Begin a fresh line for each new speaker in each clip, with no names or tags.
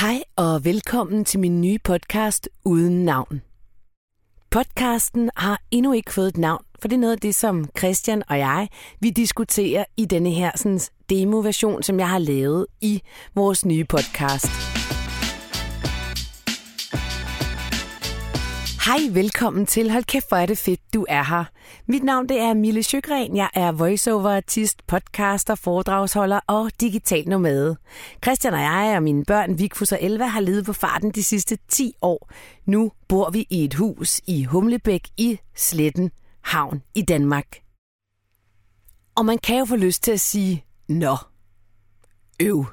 Hej og velkommen til min nye podcast Uden Navn. Podcasten har endnu ikke fået et navn, for det er noget af det, som Christian og jeg, vi diskuterer i denne her sådan, demo-version, som jeg har lavet i vores nye podcast. Hej, velkommen til. Hold kæft, hvor er det fedt, du er her. Mit navn det er Mille Sjøgren. Jeg er voiceover-artist, podcaster, foredragsholder og digital nomade. Christian og jeg og mine børn Vigfus og Elva har levet på farten de sidste 10 år. Nu bor vi i et hus i Humlebæk i Sletten Havn i Danmark. Og man kan jo få lyst til at sige, nå, øv.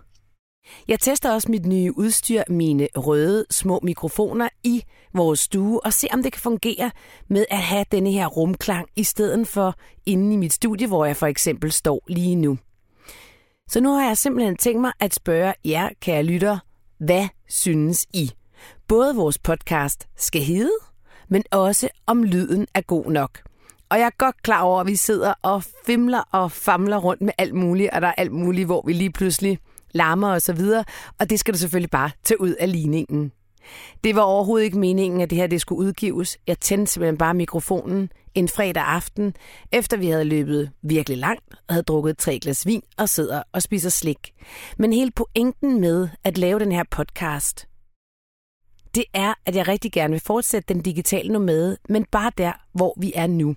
Jeg tester også mit nye udstyr, mine røde små mikrofoner i vores stue og se om det kan fungere med at have denne her rumklang i stedet for inde i mit studie, hvor jeg for eksempel står lige nu. Så nu har jeg simpelthen tænkt mig at spørge jer, kære lytter, hvad synes I? Både vores podcast skal hedde, men også om lyden er god nok. Og jeg er godt klar over, at vi sidder og fimler og famler rundt med alt muligt, og der er alt muligt, hvor vi lige pludselig larmer og så videre, og det skal du selvfølgelig bare tage ud af ligningen. Det var overhovedet ikke meningen, at det her det skulle udgives. Jeg tændte simpelthen bare mikrofonen en fredag aften, efter vi havde løbet virkelig langt og havde drukket tre glas vin og sidder og spiser slik. Men hele pointen med at lave den her podcast, det er, at jeg rigtig gerne vil fortsætte den digitale nomade, men bare der, hvor vi er nu.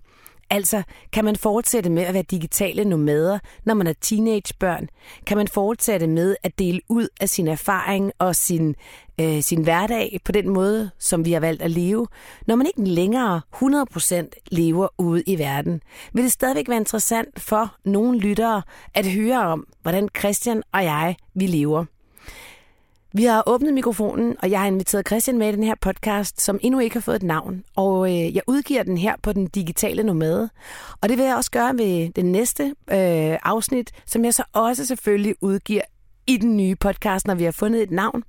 Altså, kan man fortsætte med at være digitale nomader, når man er teenagebørn? Kan man fortsætte med at dele ud af sin erfaring og sin, øh, sin hverdag på den måde, som vi har valgt at leve, når man ikke længere 100% lever ude i verden? Vil det stadigvæk være interessant for nogle lyttere at høre om, hvordan Christian og jeg, vi lever? Vi har åbnet mikrofonen, og jeg har inviteret Christian med i den her podcast, som endnu ikke har fået et navn. Og øh, jeg udgiver den her på den digitale nomade. Og det vil jeg også gøre ved den næste øh, afsnit, som jeg så også selvfølgelig udgiver i den nye podcast, når vi har fundet et navn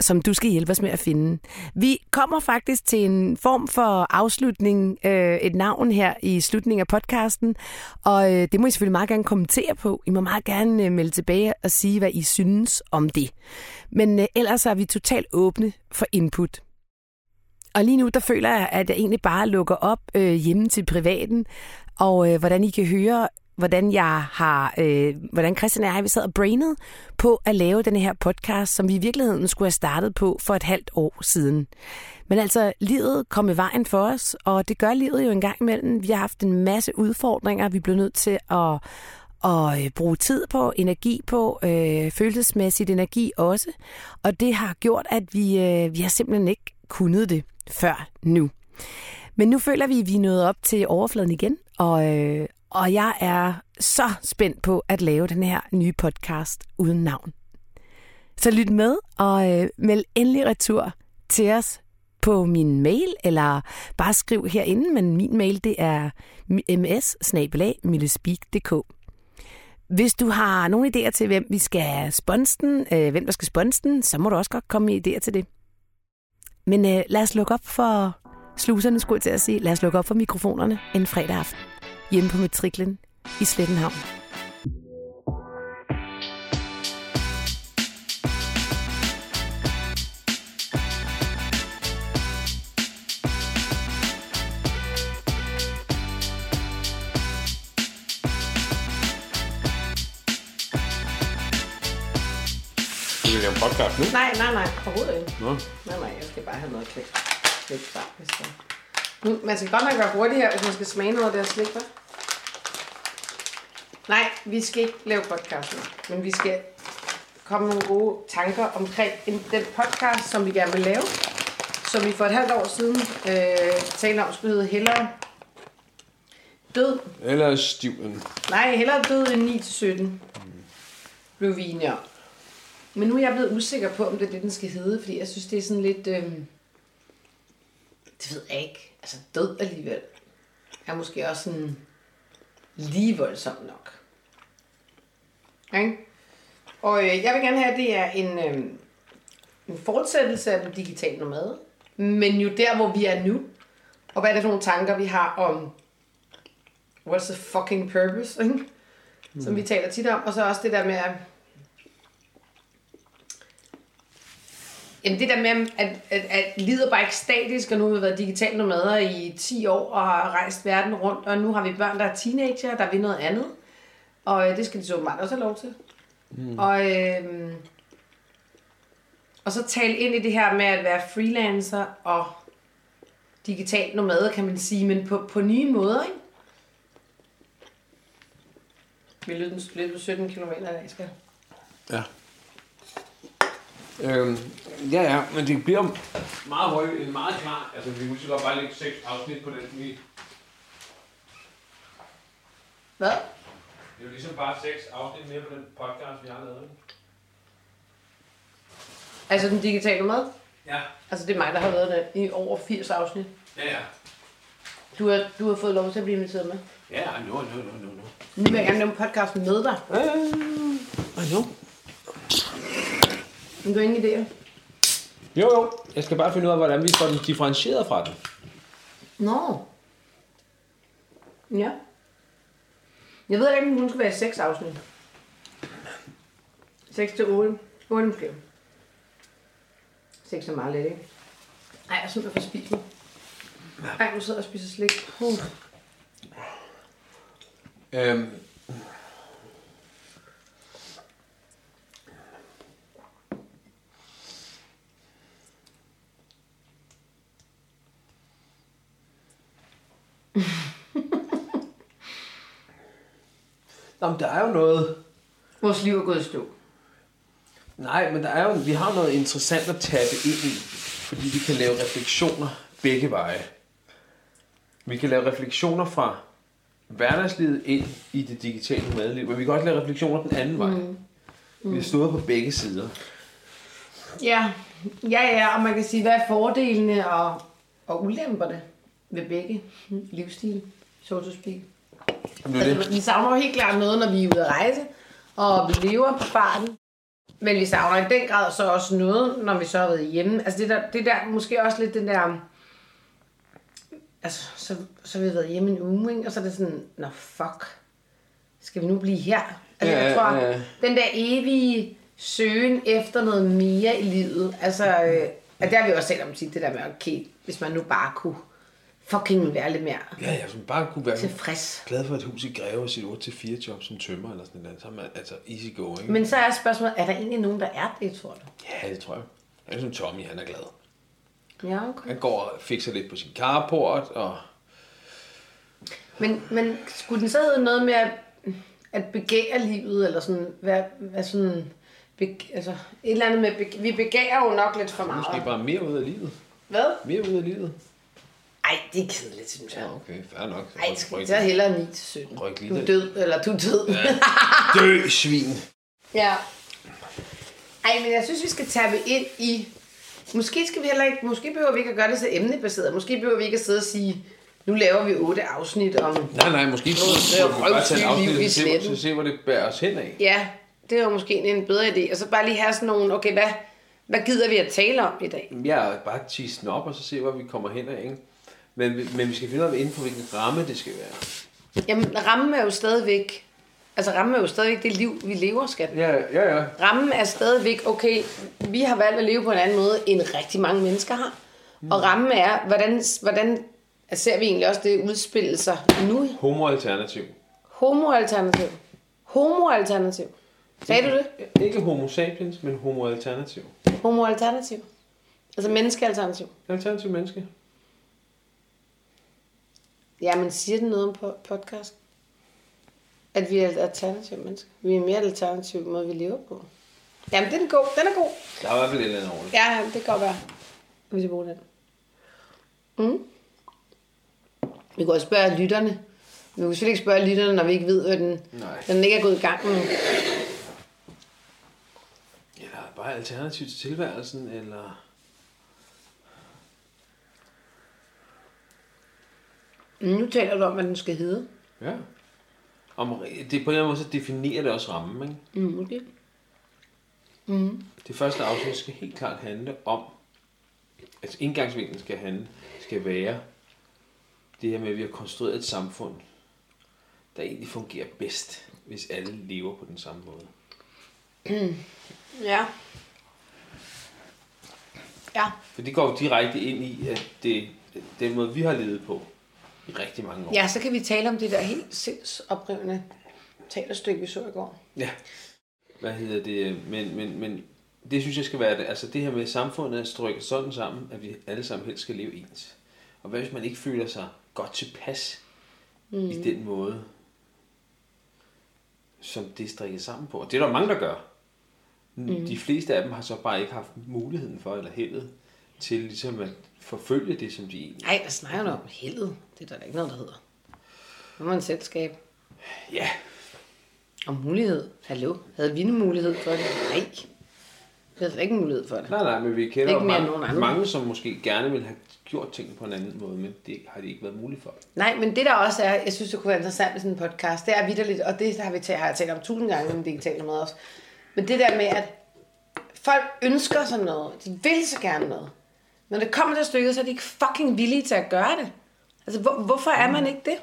som du skal hjælpe os med at finde. Vi kommer faktisk til en form for afslutning, øh, et navn her i slutningen af podcasten, og øh, det må I selvfølgelig meget gerne kommentere på. I må meget gerne øh, melde tilbage og sige, hvad I synes om det. Men øh, ellers er vi totalt åbne for input. Og lige nu, der føler jeg, at jeg egentlig bare lukker op øh, hjemme til privaten, og øh, hvordan I kan høre, hvordan jeg har, øh, hvordan Christian og jeg, vi sad og brainede på at lave den her podcast, som vi i virkeligheden skulle have startet på for et halvt år siden. Men altså, livet kom i vejen for os, og det gør livet jo en gang imellem. Vi har haft en masse udfordringer, vi blev nødt til at, at øh, bruge tid på, energi på, øh, følelsesmæssigt energi også. Og det har gjort, at vi, øh, vi har simpelthen ikke kunnet det før nu. Men nu føler vi, at vi er nået op til overfladen igen, og, øh, og jeg er så spændt på at lave den her nye podcast uden navn. Så lyt med og øh, meld endelig retur til os på min mail, eller bare skriv herinde, men min mail det er ms hvis du har nogle idéer til, hvem vi skal sponse den, øh, hvem der skal sponse den, så må du også godt komme med idéer til det. Men øh, lad os lukke op for sluserne, skulle jeg til at sige. Lad os lukke op for mikrofonerne en fredag aften hjemme på matriklen i Slettenhavn.
Skal vi lave en podcast nu?
Nej, nej, nej, overhovedet ikke.
Nå.
Nej, nej, jeg skal bare have noget klik. Klik klar, hvis det er. Nu, man skal godt nok være hurtigere, hvis man skal smage noget af det her slik, hva'? Nej, vi skal ikke lave podcast nu, men vi skal komme med nogle gode tanker omkring en, den podcast, som vi gerne vil lave, som vi for et halvt år siden øh, talte om, skulle hedde Hellere Død.
Eller Steven.
Nej, Hellere Død end 9 til 17. Blev vi enige om. Men nu er jeg blevet usikker på, om det er det, den skal hedde, fordi jeg synes, det er sådan lidt... Øh... Det ved jeg ikke. Altså, død alligevel er måske også sådan lige voldsomt nok. Ikke? Og øh, jeg vil gerne have, at det er en, øh, en fortsættelse af den digitale nomade, men jo der, hvor vi er nu. Og hvad er det for nogle tanker, vi har om what's the fucking purpose, ikke? som vi taler tit om. Og så også det der med, at Jamen det der med, at, at, at livet er bare ikke statisk, og nu har vi været digitale nomader i 10 år og har rejst verden rundt, og nu har vi børn, der er teenager, der vil noget andet. Og øh, det skal de så åbenbart også have lov til. Mm. Og, øh, og så tale ind i det her med at være freelancer og digital nomade, kan man sige, men på, på nye måder, ikke? Vi løb, løb 17 km i dag, skal
Ja. Øhm, ja, ja, men det bliver... Meget høj, meget klar. Altså, vi kunne godt bare lægge seks afsnit på den. Vi,
Hvad?
det er jo ligesom bare seks afsnit mere på den podcast, vi har lavet.
Altså den digitale nomade?
Ja,
Altså det er mig, der har været der i over 80 afsnit.
ja, ja.
Du har, du har fået lov til at blive inviteret med.
Ja, nu, nu, nu, nu, nu.
Nu vil jeg gerne lave en podcast med dig.
Ah, nu.
Men du har ingen idéer?
Jo, jo. Jeg skal bare finde ud af, hvordan vi får den differentieret fra den.
Nå. Ja. Jeg ved ikke, om hun skal være i 6 afsnit. 6 til 8. 8 måske. 6 er meget lidt, ikke? Ej, jeg er simpelthen for spist nu. Ej, nu sidder jeg og spiser slik. Uh.
Øhm. Nå, men der er jo noget...
Vores liv er gået i stå.
Nej, men der er jo, vi har noget interessant at tabe ind i, fordi vi kan lave refleksioner begge veje. Vi kan lave refleksioner fra hverdagslivet ind i det digitale madliv, men vi kan også lave refleksioner den anden vej. Mm. Mm. Vi stod på begge sider.
Ja, ja, ja, og man kan sige, hvad er fordelene og, og ulemperne ved begge livsstil, so to speak.
Jamen, det er jo
Altså,
det.
vi savner jo helt klart noget, når vi er ude at rejse, og vi lever på farten. Men vi savner i den grad så også noget, når vi så har været hjemme. Altså det der, det der måske også lidt den der... Altså, så, så har vi været hjemme en uge, ikke? og så er det sådan, nå fuck, skal vi nu blive her? Altså,
Ja,
ja, jeg tror,
ja.
ja. den der evige søgen efter noget mere i livet, altså, øh, og der har vi også talt om tit, det der med, okay, hvis man nu bare kunne fucking være lidt mere
Ja, jeg som bare kunne være
tilfreds.
glad for et hus i Greve og sit 8-4 job som tømmer eller sådan noget. Så er man altså easy going.
Men så er spørgsmålet, er der egentlig nogen, der er det, tror du?
Ja, det tror jeg. Jeg er som Tommy, han er glad.
Ja, okay.
Han går og fikser lidt på sin carport, og
Men, men skulle den så hedde noget med at, at begære livet, eller sådan, hvad, hvad sådan, be, altså, et eller andet med, beg- vi begærer jo nok lidt for
måske
meget.
bare mere ud af livet.
Hvad?
Mere ud af livet.
Ej, det er kedeligt, synes jeg.
Ja, okay, fair nok. Så
Ej,
ryk-
skal
ryk-
vi tage hellere 9 til 17?
Ryk lige
Du er
den.
død, eller du er død. Ja.
Dø, svin!
ja. Ej, men jeg synes, vi skal tappe ind i... Måske, skal vi heller ikke, måske behøver vi ikke at gøre det så emnebaseret. Måske behøver vi ikke at sidde og sige, nu laver vi otte afsnit om
Nej, nej, måske ikke.
Nå, det er
Vi kan bare tage en
røvsygt
afsnit,
liv i
og så se,
sletten.
så se, hvor det bærer os hen af.
Ja, det er jo måske en en bedre idé. Og så bare lige have sådan nogle, okay, hvad, hvad gider vi at tale om i dag?
Jeg er bare tease den op, og så se, hvor vi kommer hen af, ikke? Men, vi- men vi skal finde ud af, inden for hvilken ramme det skal være.
Jamen, rammen er jo stadigvæk, altså rammen er jo stadigvæk det liv, vi lever, skat.
Ja, ja, ja.
Rammen er stadigvæk, okay, vi har valgt at leve på en anden måde, end rigtig mange mennesker har. Og rammen er, hvordan, hvordan ser vi egentlig også det udspille sig nu?
Homoalternativ.
Homoalternativ. Homoalternativ. Sagde du det?
Ikke homo sapiens, men homoalternativ.
Homoalternativ. Altså menneskealternativ.
Alternativ menneske.
Ja, men siger det noget om po- podcast? At vi er et alternativ mennesker. Vi er mere et alternativ måde, vi lever på. Jamen, den er god. Den er god.
Der er i hvert fald et eller andet over det.
Ja, ja, det kan godt være. Hvis jeg bruger den. Mm. Vi kan også spørge lytterne. Vi kan selvfølgelig ikke spørge lytterne, når vi ikke ved, hvad den,
Nej.
når den ikke er gået i gang med.
Eller bare alternativ til tilværelsen, eller...
Nu taler du om, hvad den skal hedde.
Ja. Om, det er på en eller anden måde, så definerer det også rammen, ikke?
Mm, okay.
Det første afsnit skal helt klart handle om, altså indgangsvinklen skal handle, skal være det her med, at vi har konstrueret et samfund, der egentlig fungerer bedst, hvis alle lever på den samme måde.
Ja. Ja.
For det går jo direkte ind i, at det det er den måde, vi har levet på i rigtig mange år.
ja, så kan vi tale om det der helt sindsoprivende talerstykke, vi så i går.
Ja. Hvad hedder det? Men, men, men det synes jeg skal være det. Altså det her med, at samfundet er strykket sådan sammen, at vi alle sammen helst skal leve ens. Og hvad hvis man ikke føler sig godt tilpas mm. i den måde, som det er strikket sammen på? Og det er der mange, der gør. Mm. De fleste af dem har så bare ikke haft muligheden for, eller heldet, til ligesom at forfølge det, som de egentlig
Nej, der snakker du om heldet. Det er der da ikke noget, der hedder. Nu må en selskab.
Ja,
Og mulighed. Hallo? Havde vi en mulighed for det? Nej. Vi havde da ikke en mulighed for det.
nej, nej, men vi kender
Ikke
jo
mere end nogen
mange,
andre.
mange, som måske gerne ville have gjort ting på en anden måde, men det har det ikke været muligt for.
Nej, men det der også er, jeg synes, det kunne være interessant med sådan en podcast, det er vidderligt, og det har vi talt, har jeg talt om tusind gange, men det ikke talt om noget også. Men det der med, at folk ønsker sådan noget, de vil så gerne noget. Når det kommer til stykket, så er de ikke fucking villige til at gøre det. Altså, hvor, hvorfor er man ikke det?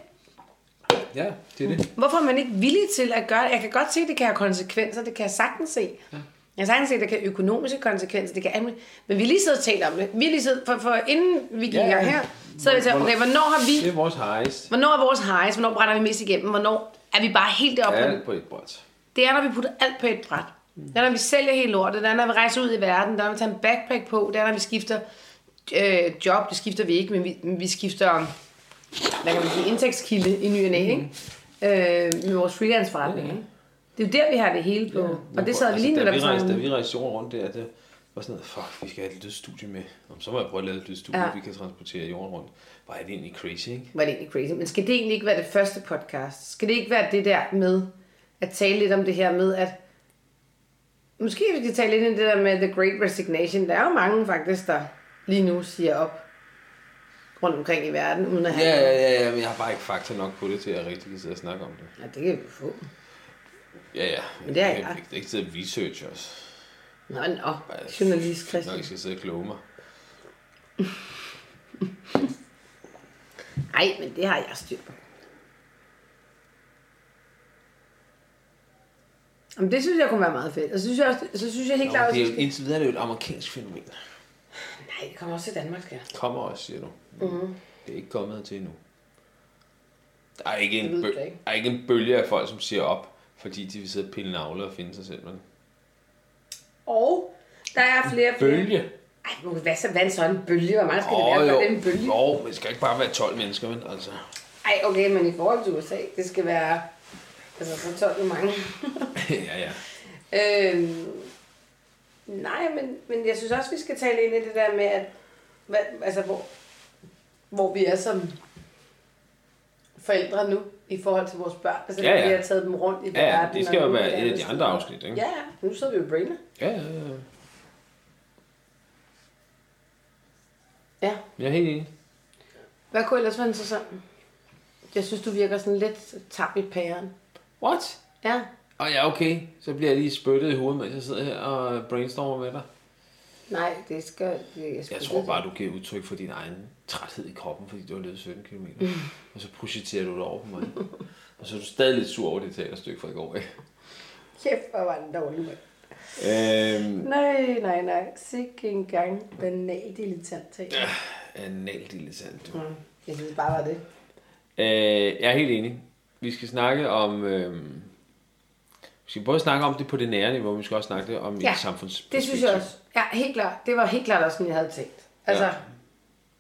Ja, det er det.
Hvorfor er man ikke villig til at gøre det? Jeg kan godt se, at det kan have konsekvenser. Det kan jeg sagtens se. Ja. Jeg kan sagtens se, at det kan have økonomiske konsekvenser. Det kan anmelde. Men vi har lige sidder og talt om det. Vi har lige sidder, for, for inden vi gik i
Ja, ja.
gang her, så havde vi sagt, okay, hvornår har
Det
vi...
er vores highest.
Hvornår er vores highs? Hvornår brænder vi mest igennem? Hvornår er vi bare helt deroppe? Ja.
Alt på et bræt.
Det er, når vi putter alt på et bræt.
Mm.
Det er, når vi sælger hele lortet. Det er, når vi rejser ud i verden. Det er, når vi tager en backpack på. Det er, når vi skifter øh, job. Det skifter vi ikke, men vi, men vi skifter hvad kan man sige, indtægtskilde i ny og næ, ikke?
Mm.
øh, med vores freelance-forretning. Ikke? Det er jo der, vi har det hele på. Ja, og det sad vi lige
altså,
netop
da vi
og
rejste,
snakkede
da
om.
vi rejste jorden rundt der, det var sådan noget, fuck, vi skal have et lydstudie med. Om så må jeg prøve at lave et lydstudie,
Ja.
ja. vi kan transportere jorden rundt. Var det egentlig crazy, ikke?
var det egentlig crazy. Men skal det egentlig ikke være det første podcast? Skal det ikke være det der med at tale lidt om det her med, at måske vi skal tale lidt om det der med The Great Resignation. Der er jo mange faktisk, der lige nu siger op rundt omkring i verden, uden at have
Ja, ja, ja, ja, men jeg har bare ikke fakta nok på det, til at jeg rigtig kan sidde og snakke om det.
Ja, det kan vi få.
Ja, ja.
Men det er
jeg.
jeg.
Jeg kan ikke sidde og researche os.
Nå, nå, journalist
Når jeg
Christian.
skal sidde og kloge mig.
Nej, men det har jeg styr på. Jamen, det synes jeg kunne være meget fedt. Og så synes jeg, også, så synes jeg helt
Nå,
klart,
det er
at...
jo, indtil videre er det jo et amerikansk fænomen.
Nej, det kommer også til Danmark, skal jeg.
Kommer også, siger du. Mm-hmm. Det er ikke kommet til endnu. Der er ikke,
ved
en,
jeg
bøl-
ikke.
der er ikke en bølge af folk, som siger op, fordi de vil sidde og pille navler og finde sig selv. Vel?
Og der er flere...
Bølge?
Ej, nu, hvad, så, hvad er en sådan bølge? Hvor meget skal
Åh,
det være for
jo.
at det er en bølge?
Jo, men det skal ikke bare være 12 mennesker, men altså.
Ej, okay, men i forhold til USA, det skal være... Altså, så tolv jo mange.
ja, ja.
øhm, nej, men, men jeg synes også, vi skal tale ind i det der med, at... Hvad, altså, hvor, hvor vi er som forældre nu i forhold til vores børn. Altså,
Ja, ja.
vi har taget dem rundt i
Ja, ja,
verden.
det skal
og
jo
nu
være
er
et af
det
de
sådan-
andre afsnit, ikke?
Ja, ja. Nu sidder vi jo og brainer.
Ja, ja, ja.
Ja.
Jeg er helt enig.
Hvad kunne ellers være interessant? Jeg synes, du virker sådan lidt tam i pæren.
What?
Ja,
Og ja, okay. Så bliver jeg lige spyttet i hovedet, mens jeg sidder her og brainstormer med dig.
Nej, det skal... Det er sgu
Jeg tror
det.
bare, du giver udtryk for din egen træthed i kroppen, fordi du har løbet 17 km.
Mm.
Og så projicerer du det over på mig. Og så er du stadig lidt sur over det teaterstykke fra i går, ikke?
Kæft, hvor var den dårlig, mand.
Øhm,
Nej, nej, nej. Sikke en gang banal dilettant ja.
Analdilitant, Øh, du.
Jeg synes bare, var det.
Øh, jeg er helt enig. Vi skal snakke om... Øh, vi skal både snakke om det på det nære niveau, men vi skal også snakke det om ja,
Ja,
et samfunds.
Det synes jeg også. Ja, helt klart. Det var helt klart også, sådan jeg havde tænkt. Altså,
Ja.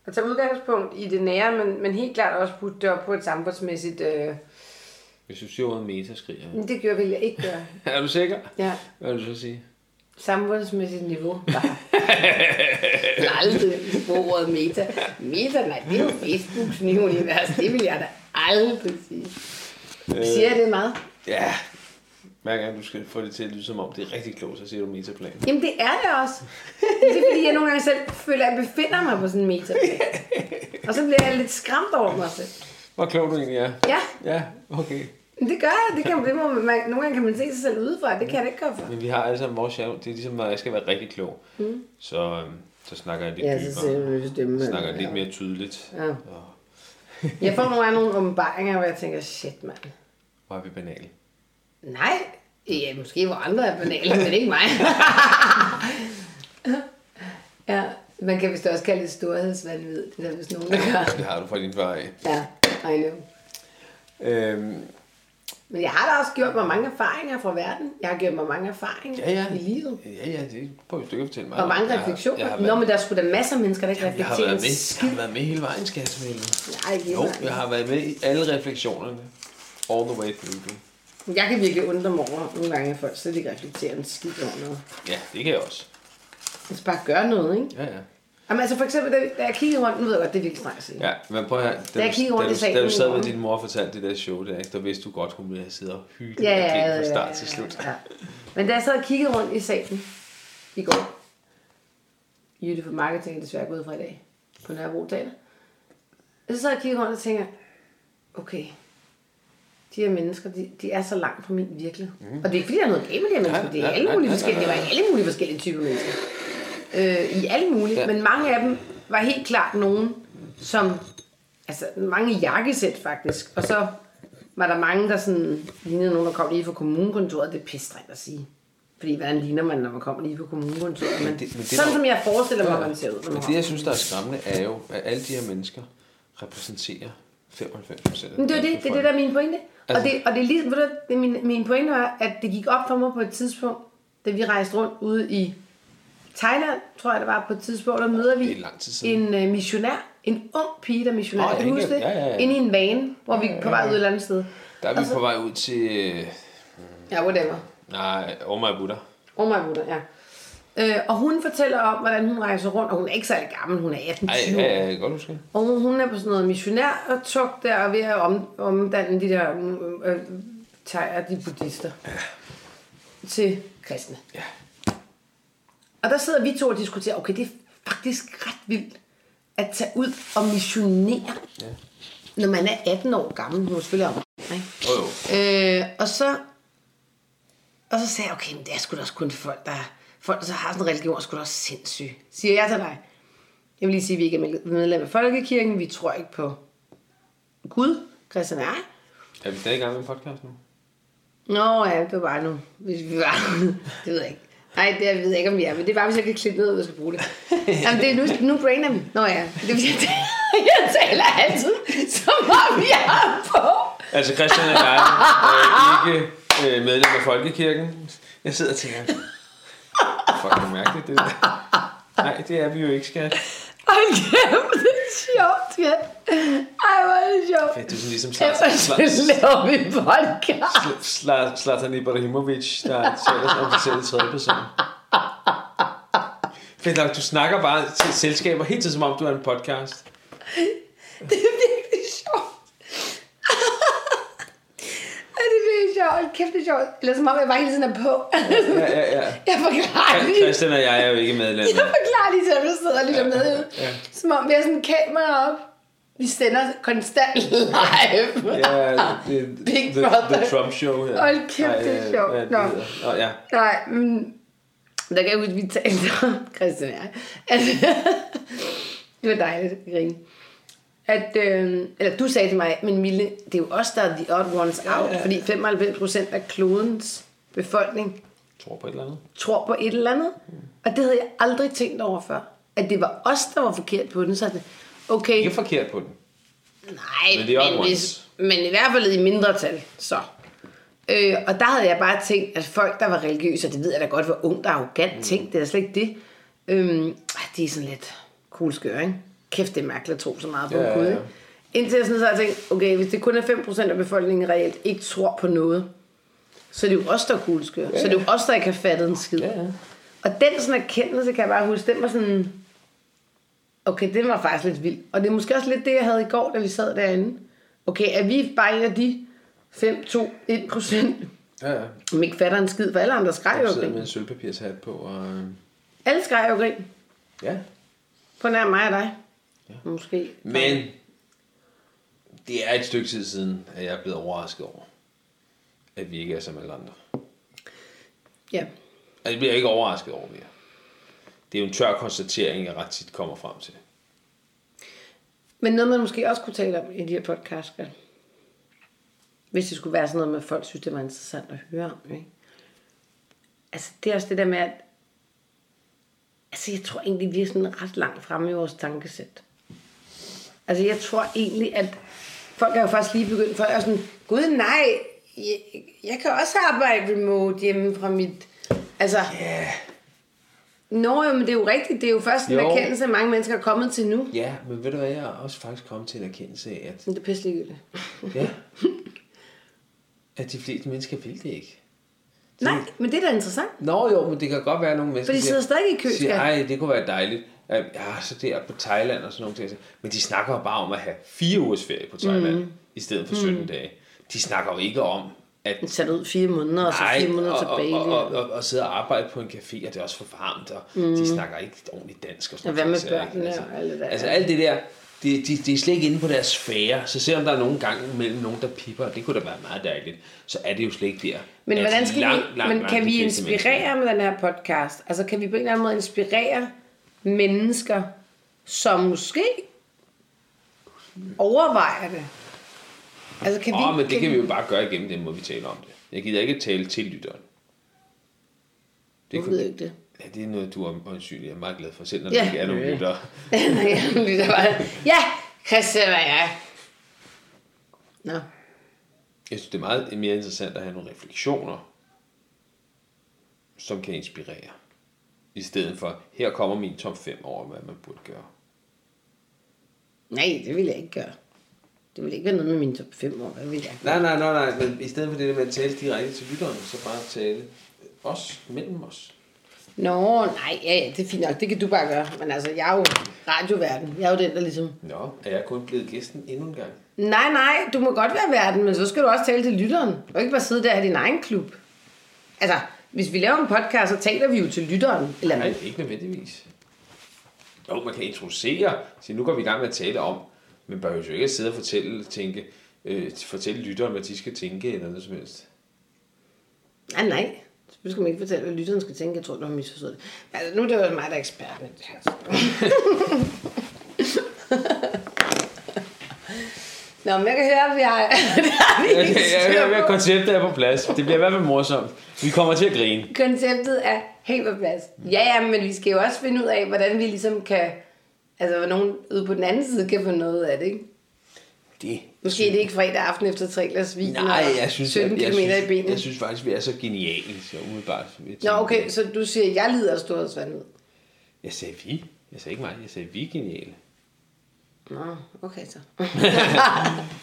at tage udgangspunkt i det nære, men, men helt klart også putte det op på et samfundsmæssigt... Øh,
Hvis du siger ordet meta, skriger jeg.
men det gør vil jeg ikke gøre.
Er du sikker?
Ja,
Hvad vil du så sige?
samfundsmæssigt niveau. Bare. Jeg har aldrig bruge ordet meta. Meta, nej, det er jo Facebooks nye univers. Det vil jeg da aldrig sige.
Øh.
Siger jeg det meget?
Ja. Hver gang du skal få det til at lyde som om, det er rigtig klogt, så siger du metaplan.
Jamen det er det også. Men det er fordi, jeg nogle gange selv føler, at jeg befinder mig på sådan en metaplan. Og så bliver jeg lidt skræmt over mig selv.
Hvor klog du egentlig er.
Ja,
Ja, okay.
men det gør jeg. Det kan, det må man, man, nogle gange kan man se sig selv udefra. Det kan jeg da ikke gøre for.
Men vi har alle sammen vores sjæl. Det er ligesom, når jeg skal være rigtig klog. Mm. Så, øhm, så snakker jeg lidt ja, dybere.
du stemme.
Så snakker jeg lidt mere tydeligt.
Ja.
Og
Jeg får nogle gange nogle åbenbaringer, hvor jeg tænker, shit mand.
hvor er vi banale.
Nej, ja, måske hvor andre er banale, men ikke mig. ja, Man kan vist også kalde det storhedsvandvid, det er der vist nogen, der gør.
Det har du fra din far af.
Ja, I know.
Øhm,
Men jeg har da også gjort mig mange erfaringer fra verden. Jeg har gjort mig mange erfaringer
ja, ja.
i livet.
Ja, ja, det prøver du ikke at fortælle mig.
Og mange
Jeg har-
refleksioner.
Jeg har,
Nå,
været,
men der er sgu da masser af mennesker, der ikke
jeg har været
reflekterer.
med. Jeg har været med hele vejen, skal jeg selvfølgelig.
Nej, ikke
Jo,
hele vejen.
jeg har været med i alle refleksionerne. All the way through. du.
Jeg kan virkelig undre mig over nogle gange, at folk slet ikke reflekterer en skid over noget.
Ja, det kan jeg også.
Altså bare gøre noget, ikke?
Ja, ja.
Jamen altså for eksempel, da, da jeg kiggede rundt, nu ved jeg godt, det er virkelig snart at sige.
Ja, men prøv at høre, da,
Da jeg
du,
kiggede rundt i
da, du,
salen
da du
i
sad med
morgen.
din mor og fortalte det der show der, ikke, der vidste du godt, hun ville have siddet og hyldet
ja,
ja,
ja, ja,
fra
ja,
start
ja,
til slut.
Ja. Men da jeg sad og kiggede rundt i salen i går, Jytte for Marketing er desværre gået fra i dag på Nørrebro Teater, så sad jeg og kiggede rundt og tænker, okay, de her mennesker, de, de er så langt fra min virkelighed. Mm. Og det er ikke fordi, der er noget galt med de her mennesker, det er
nej,
alle
nej,
mulige
nej,
forskellige, det
nej,
var alle mulige forskellige typer mennesker. Øh, I alle mulige,
Ja.
ja. men mange af dem var helt klart nogen, som altså mange jakkesæt faktisk. Og så var der mange, der sådan lignede nogen, der kom lige fra kommunekontoret. Det er pisse strengt at sige. Fordi hvordan ligner man, når man kommer lige fra kommunekontoret? Men, men
det- men det
sådan
var-
som jeg forestiller mig,
Ja.
man ser ud. når man
Men det,
kommer.
jeg synes, der er skræmmende, er jo, at alle de her mennesker repræsenterer 95 procent af
Men det er
den
jo det,
danske
det, er det der er min pointe.
Altså-
og det, og det er lige, ved du, hvad, det er min, min pointe var, at det gik op for mig på et tidspunkt, da vi rejste rundt ude i Thailand, tror jeg, det var på et tidspunkt, der møder vi
Det er lang tid siden.
en uh, missionær, en ung pige, der er missionær,
Nå,
oh,
ja,
kan du
hende
huske det?
kan- ja, ja, ja.
Inde i en vane, hvor vi er på vej ud et eller andet sted.
Der er vi
Og så-
på vej ud til... øh,
Ja, whatever.
Nej, Oh My Buddha.
Oh my god, ja. Øh, og hun fortæller om, hvordan hun rejser rundt, og hun er ikke særlig gammel, hun er 18-20
Ej, ja, ja, jeg kan godt huske det.
Og hun- hun er på sådan noget missionær og tugt der, og ved at om, omdanne de der øh, øh, tager de buddhister til kristne.
Ja.
Og der sidder vi to og diskuterer, okay, det er faktisk ret vildt at tage ud og missionere, ja. når man er 18 år gammel. Hun er selvfølgelig om. Ikke?
Jo, jo.
Øh, og så og så sagde jeg, okay, men det er sgu da også kun folk, der, folk, der så har sådan en religion, er sgu da også sindssyge. Siger jeg til dig. Jeg vil lige sige, at vi ikke er medlem af Folkekirken. Vi tror ikke på Gud, Christian er.
Er vi stadig i gang med en podcast nu?
Nå ja, det var bare nu. Hvis vi var... det ved jeg ikke. Nej, det ved jeg ikke, om vi er. Men det er bare, hvis jeg kan klippe ned, og jeg skal bruge det. Jamen, det er nu, nu brainer vi. Nå ja, det er, fordi, jeg, jeg taler altid, som om vi er på.
Altså, Christian og jeg er ikke øh, medlem af Folkekirken. Jeg sidder og tænker, fuck, hvor mærkeligt det der. Nej, det er vi jo ikke, skat.
Ej, kæft, det er sjovt, ja. Ej, hvor er det sjovt.
Det er sådan ligesom
Ej, hvor laver vi podcast.
Zlatan- Zlatan Ibrahimovic, der taler om sig selv i tredje person. Fedt nok, du snakker bare til selskaber helt som om du er en podcast.
Det er virkelig sjovt. Ej, det er virkelig sjovt. Hold Kæft, det er sjovt. Eller som om jeg bare hele tiden er på.
Ja, ja, ja.
Jeg forklarer lige.
Christian og jeg er jo ikke medlem.
Jeg forklarer lige til dem, der sidder og lytter med.
Ja.
Som om vi har sådan en kamera op. Vi sender konstant live.
Ja, det, det,
Big
the,
Brother.
the Trump Show her.
Hold kæft, det er
øh,
sjovt.
hvad det
Nå.
hedder. Nå, ja.
Nej, men der kan jeg huske, vi talte om, Christian og jeg, at, det var dejligt at grine. At, øh, eller du sagde til mig, men Mille, det er jo os, der er the odd ones out, ja,
ja.
ja. fordi 95 procent af klodens befolkning
Tror på et eller andet.
tror på et eller andet. Og det havde jeg aldrig tænkt over før. At det var os, der var forkert på den. Så er det, okay,
Ikke forkert på den.
Nej,
Men
men,
the odd
men, hvis,
ones.
men i hvert fald i mindretal, så. Øh, og der havde jeg bare tænkt, at folk, der var religiøse, og det ved jeg da godt, hvor ungt og arrogant mm. tænkt, det er da slet ikke det. Øhm, ah, de er sådan lidt cool skøre, ikke? Kæft, det er mærkeligt at tro så meget på
Ja,
ja, Gud,
ja,
ikke?
ja.
Indtil jeg sådan så har tænkt, okay, hvis det kun er 5% af befolkningen reelt ikke tror på noget, så er det jo os, der er cool skøre. Ja. Så er det jo os, der ikke har fattet en skid.
Ja, ja.
Og den sådan erkendelse, kan jeg bare huske, den var sådan... Okay, den var faktisk lidt vild. Og det er måske også lidt det, jeg havde i går, da vi sad derinde. Okay, er vi bare en af de 5, 2, 1 procent,
Ja, ja.
som ikke fatter en skid, for alle andre skreg
Jeg
jo
sidder med
grin.
en sølvpapirshat på, og... øh,
Alle skreg jo grin.
Ja.
På nær mig og dig. Ja. Måske.
Men... Det er et stykke tid siden, at jeg er blevet overrasket over, at vi ikke er som alle andre.
Ja.
Altså, det bliver jeg ikke overrasket over mere. Det er jo en tør konstatering, jeg ret tit kommer frem til.
Men noget, man måske også kunne tale om i de her podcast, ja. hvis det skulle være sådan noget med, at folk synes, det var interessant at høre om. Ikke? Altså, det er også det der med, at, Altså, jeg tror egentlig, vi er sådan ret langt fremme i vores tankesæt. Altså, jeg tror egentlig, at folk er jo først lige begyndt for at sådan, gud nej, jeg, jeg kan også arbejde remote hjemme fra mit... Altså,
Ja,
Nå, jo, men det er jo rigtigt. Det er jo først en
Jo.
erkendelse, mange mennesker er kommet til nu.
ja, men ved du hvad, jeg er også faktisk kommet til en erkendelse af, at,
Men det er pisse ligegyldigt.
ja, at de fleste mennesker vil det ikke.
Nej, men det er da interessant.
Nå jo, men det kan godt være, at nogle mennesker
For de sidder stadig i kø,
siger,
skat.
Ej, det kunne være dejligt. Øh, Ja, så der på Thailand og sådan nogle ting. Men de snakker jo bare om at have fire ugers ferie på Thailand, mm. i stedet for 17 mm. dage. De snakker jo ikke om, at
Den sat ud fire måneder, og så
nej,
fire måneder
og,
tilbage.
og, og, og, og, sidde og arbejde på en café, og det er også for varmt, og mm. de snakker ikke ordentligt dansk. Og sådan
Og hvad
nogle
med
ting, så jeg ikke- altså,
børnene og alt det der?
Altså alt det der, det, de, de er slet ikke inde på deres sfære. Så selvom der er nogle gange mellem nogen, der pipper, og det kunne da være meget dejligt, så er det jo slet ikke der.
Men
at
hvordan skal
langt,
vi,
langt,
men
langt
kan
de
vi
fleste mennesker-
inspirere med den her podcast? Altså kan vi på en eller anden måde inspirere mennesker, som måske overvejer det? Altså kan
Åh,
vi,
men det kan vi jo bare gøre igennem den måde, vi taler om det. Jeg gider ikke tale til lytteren.
Det
kunne-
ved jeg ikke det.
Ja, det er noget, du er øjensynlig er meget glad for, selv når ja.
Ja.
der ikke er nogen
Ja.
lyttere.
Nej, jeg lytter bare. Ja, Christian og jeg. Nå.
Jeg synes, det er meget mere interessant at have nogle refleksioner, som kan inspirere. I stedet for, her kommer min top 5 over, hvad man burde gøre.
Nej, det vil jeg ikke gøre. Det vil ikke være noget med mine top 5 år. Hvad vil jeg?
Nej, nej, nej, nej, men i stedet for det der med at tale direkte til lytteren, så bare tale os, mellem os.
Nå, nej, ja, ja, det er fint nok. Det kan du bare gøre. Men altså, jeg er jo radioverden. Jeg er jo den, der ligesom...
Nå, er jeg kun blevet gæsten endnu en gang?
Nej, nej, du må godt være verden, men så skal du også tale til lytteren. Du kan ikke bare sidde der og have din egen klub. Altså, hvis vi laver en podcast, så taler vi jo til lytteren. Eller
Nej,
hvad?
ikke nødvendigvis. Jo, man kan introducere, sige, nu går vi i gang med at tale om, men behøver jo ikke at sidde og fortælle, tænke, øh, fortælle lytteren, hvad de skal tænke, eller noget som helst.
Nej, Ah, nej. Så skal man ikke fortælle, hvad lytteren skal tænke. Jeg tror, du har misforstået det. Men Altså, nu er det jo mig, der er ekspert. i det her. Nå, men jeg kan høre, at vi har... det har vi
Ja,
ikke
ja, ja,
styr
ja,
på.
konceptet er på plads. Det bliver i hvert fald morsomt. Vi kommer til at grine.
konceptet er helt på plads.
Mm.
Ja, ja, men vi skal jo også finde ud af, hvordan vi ligesom kan... Altså, hvor nogen ude på den anden side kan få noget af det, ikke?
Det.
Måske er det ikke fredag aften efter tre glas vin
Nej,
og
jeg synes,
17
jeg, jeg,
km i
synes,
benet.
jeg synes faktisk, vi er så geniale, så umiddelbart. som jeg
Nå,
tænker.
okay, så du siger, at jeg lider af storhedsvand ud.
Jeg sagde vi. Jeg sagde ikke mig. Jeg sagde, vi er geniale.
Nå, okay så.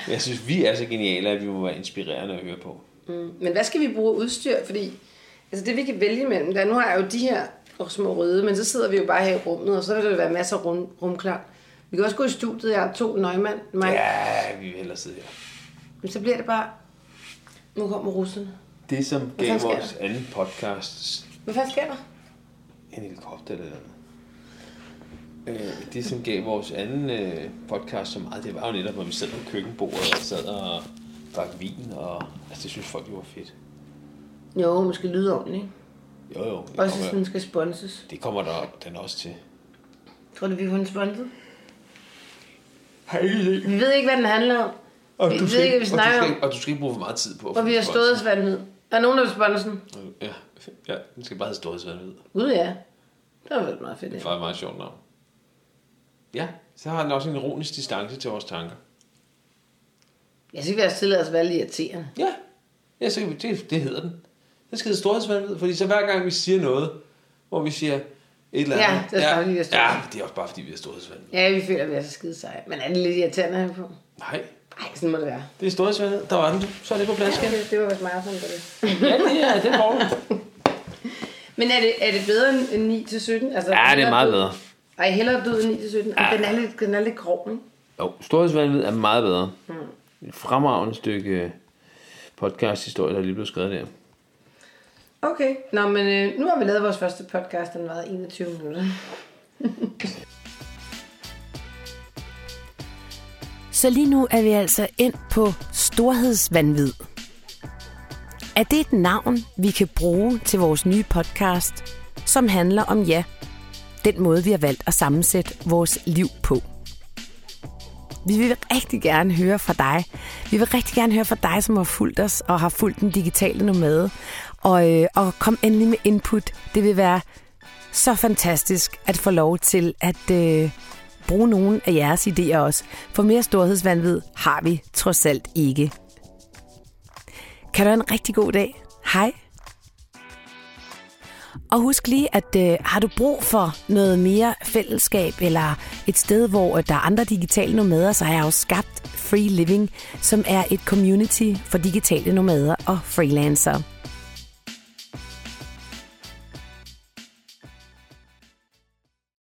Jeg synes, vi er så geniale, at vi må være inspirerende at høre på.
Mm. Men hvad skal vi bruge udstyr? Fordi altså det, vi kan vælge imellem, der nu har jeg jo de her og små røde, men så sidder vi jo bare her i rummet, og så vil der være masser af rum, rumklang. Vi kan også gå i studiet, jeg har to nøgmand, mig. Ja.
Ja, vi vil hellere sidde her.
Men så bliver det bare, nu kommer russerne.
Det, som
fanden
gav
sker
vores anden podcast
Hvad fanden sker der?
En helikopter eller noget. Øh, det, som gav vores anden øh, podcast så meget, det var jo netop, hvor vi sad på køkkenbordet og sad og drak vin, og altså, det synes folk jo var fedt.
Jo, man skal lyde ordentligt. ikke?
Jo, jo, det
Også hvis
kommer,
den skal sponses.
det kommer der den også til.
Tror du, vi får den sponset?
Hej, og,
Vi ved ikke, hvad den handler om. vi
du
ved
skal,
ikke,
ikke-
hvad vi
og, du
snakker
skal,
om.
ikke- og du skal ikke bruge for meget tid på at
Hvor
få
vi har
folk
stået
til-
os vandet. Er der nogen, der vil sponsen?
Ja, ja, den skal bare hedde Storhedsvandet ud.
Gud ja. Det har været meget fedt.
Det
ikke?
var et meget sjovt navn. Ja, så har den også en ironisk distance til vores tanker.
Jeg synes, vi har stillet os valgt irriterende.
Ja, ja så kan vi, det, det hedder den. Den skal hedde storhedsvanvid, fordi så hver gang vi siger noget, hvor vi siger et eller
Ja,
andet.
det er også bare, fordi vi er
ja,
storhedsvanvid.
det er også bare fordi, vi er storhedsvanvid.
Ja, vi føler, at vi er så skide seje. Men er det lidt irriterende at have på?
Nej,
Nej, sådan må det være.
det er storhedsvanvid. Der var den. Så er det på plads,
Ja,
ja,
det, det var vist meget sådan, det var.
ja, det er, det er borgen.
Men er det, er det bedre end 9 til 17? Altså,
Ja, det er
hellere
meget
død-
bedre.
Ej, hellere død end 9 til 17. Ja. Den, er lidt, den er lidt grov, ikke?
Jo, storhedsvanvid er meget bedre.
Mm.
Et fremragende stykke øh, podcasthistorie, der lige blev skrevet der.
Okay. Nå, men øh, nu har vi lavet vores første podcast. Den varede 21 minutter.
Så lige nu er vi altså ind på storhedsvandvid. Er det et navn, vi kan bruge til vores nye podcast, som handler om ja, den måde vi har valgt at sammensætte vores liv på? Vi vil rigtig gerne høre fra dig. Vi vil rigtig gerne høre fra dig, som har fulgt os og har fulgt den digitale nomade. Og, øh, og kom endelig med input. Det vil være så fantastisk at få lov til at øh, bruge nogle af jeres idéer også. For mere storhedsvandvid har vi trods alt ikke. Kan du have en rigtig god dag. Hej. Og husk lige, at øh, har du brug for noget mere fællesskab, eller et sted, hvor øh, der er andre digitale nomader, så har jeg jo skabt Free Living, som er et community for digitale nomader og freelancere.